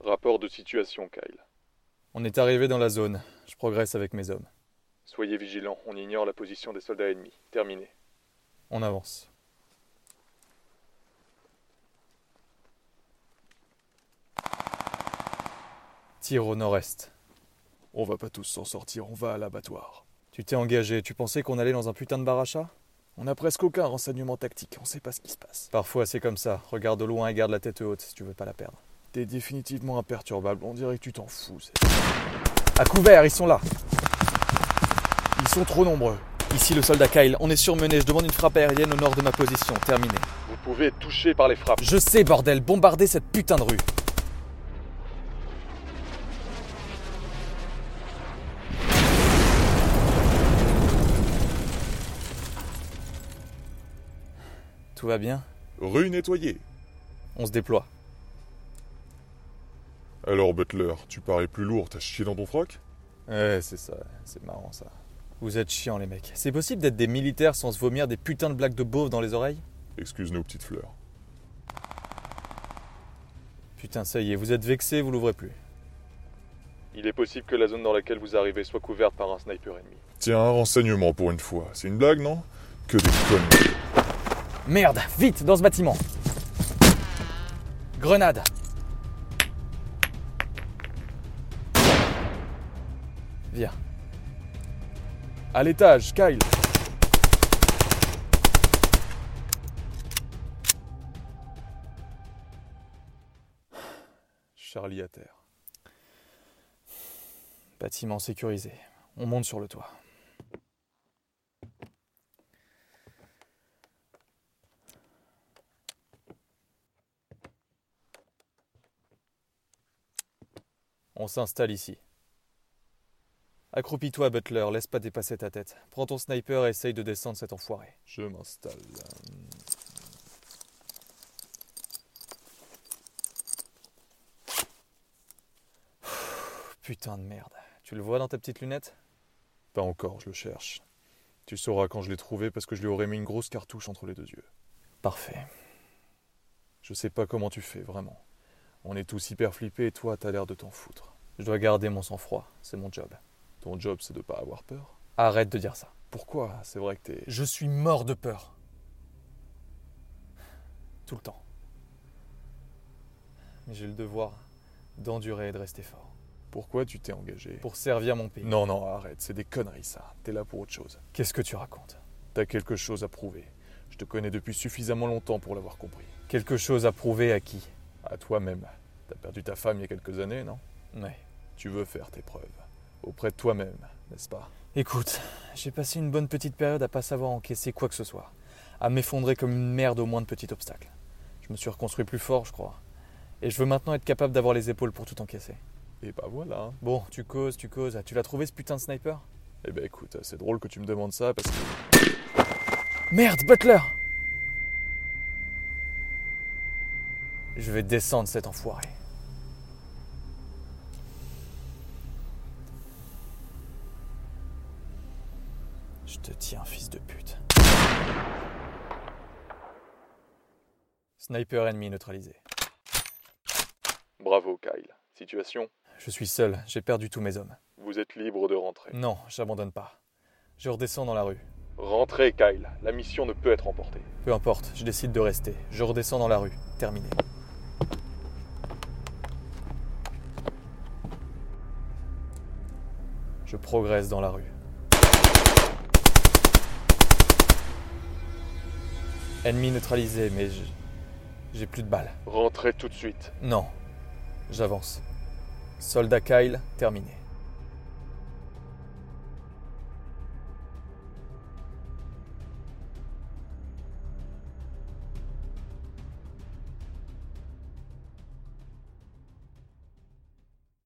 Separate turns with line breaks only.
Rapport de situation, Kyle.
On est arrivé dans la zone. Je progresse avec mes hommes.
Soyez vigilants, on ignore la position des soldats ennemis. Terminé.
On avance. Tir au nord-est.
On va pas tous s'en sortir, on va à l'abattoir.
Tu t'es engagé, tu pensais qu'on allait dans un putain de barracha
On n'a presque aucun renseignement tactique, on sait pas ce qui se passe.
Parfois c'est comme ça, regarde au loin et garde la tête haute si tu veux pas la perdre.
T'es définitivement imperturbable, on dirait que tu t'en fous. c'est-
À couvert, ils sont là
Ils sont trop nombreux.
Ici le soldat Kyle, on est surmené, je demande une frappe aérienne au nord de ma position, terminé.
Vous pouvez être touché par les frappes.
Je sais bordel, bombardez cette putain de rue Tout va bien
Rue nettoyée.
On se déploie.
Alors, Butler, tu parais plus lourd, t'as chié dans ton froc
Ouais, c'est ça, c'est marrant ça. Vous êtes chiants les mecs. C'est possible d'être des militaires sans se vomir des putains de blagues de beauf dans les oreilles
Excuse nos petites fleurs.
Putain, ça y est, vous êtes vexés, vous l'ouvrez plus.
Il est possible que la zone dans laquelle vous arrivez soit couverte par un sniper ennemi.
Tiens, un renseignement pour une fois. C'est une blague, non Que des conneries.
Merde, vite, dans ce bâtiment Grenade Viens.
À l'étage, Kyle. Charlie à terre.
Bâtiment sécurisé. On monte sur le toit. On s'installe ici. Accroupis-toi, Butler, laisse pas dépasser ta tête. Prends ton sniper et essaye de descendre cet enfoiré.
Je m'installe.
Putain de merde. Tu le vois dans ta petite lunette
Pas encore, je le cherche. Tu sauras quand je l'ai trouvé parce que je lui aurais mis une grosse cartouche entre les deux yeux.
Parfait.
Je sais pas comment tu fais, vraiment. On est tous hyper flippés et toi, t'as l'air de t'en foutre.
Je dois garder mon sang-froid, c'est mon job.
Ton job, c'est de pas avoir peur.
Arrête de dire ça.
Pourquoi C'est vrai que t'es.
Je suis mort de peur. Tout le temps. Mais j'ai le devoir d'endurer et de rester fort.
Pourquoi tu t'es engagé
Pour servir mon pays.
Non, non, arrête, c'est des conneries ça. T'es là pour autre chose.
Qu'est-ce que tu racontes
T'as quelque chose à prouver. Je te connais depuis suffisamment longtemps pour l'avoir compris.
Quelque chose à prouver à qui
À toi-même. T'as perdu ta femme il y a quelques années, non
Ouais.
Tu veux faire tes preuves. Auprès de toi-même, n'est-ce pas
Écoute, j'ai passé une bonne petite période à pas savoir encaisser quoi que ce soit. À m'effondrer comme une merde au moins de petits obstacles. Je me suis reconstruit plus fort, je crois. Et je veux maintenant être capable d'avoir les épaules pour tout encaisser.
Et bah voilà. hein.
Bon, tu causes, tu causes. Tu l'as trouvé ce putain de sniper
Eh ben écoute, c'est drôle que tu me demandes ça parce que.
Merde, Butler Je vais descendre cet enfoiré. Je te tiens, fils de pute. Sniper ennemi neutralisé.
Bravo, Kyle. Situation
Je suis seul, j'ai perdu tous mes hommes.
Vous êtes libre de rentrer.
Non, j'abandonne pas. Je redescends dans la rue.
Rentrez, Kyle. La mission ne peut être emportée.
Peu importe, je décide de rester. Je redescends dans la rue. Terminé. Je progresse dans la rue. Ennemi neutralisé, mais je- j'ai plus de balles.
Rentrez tout de suite.
Non, j'avance. Soldat Kyle, terminé.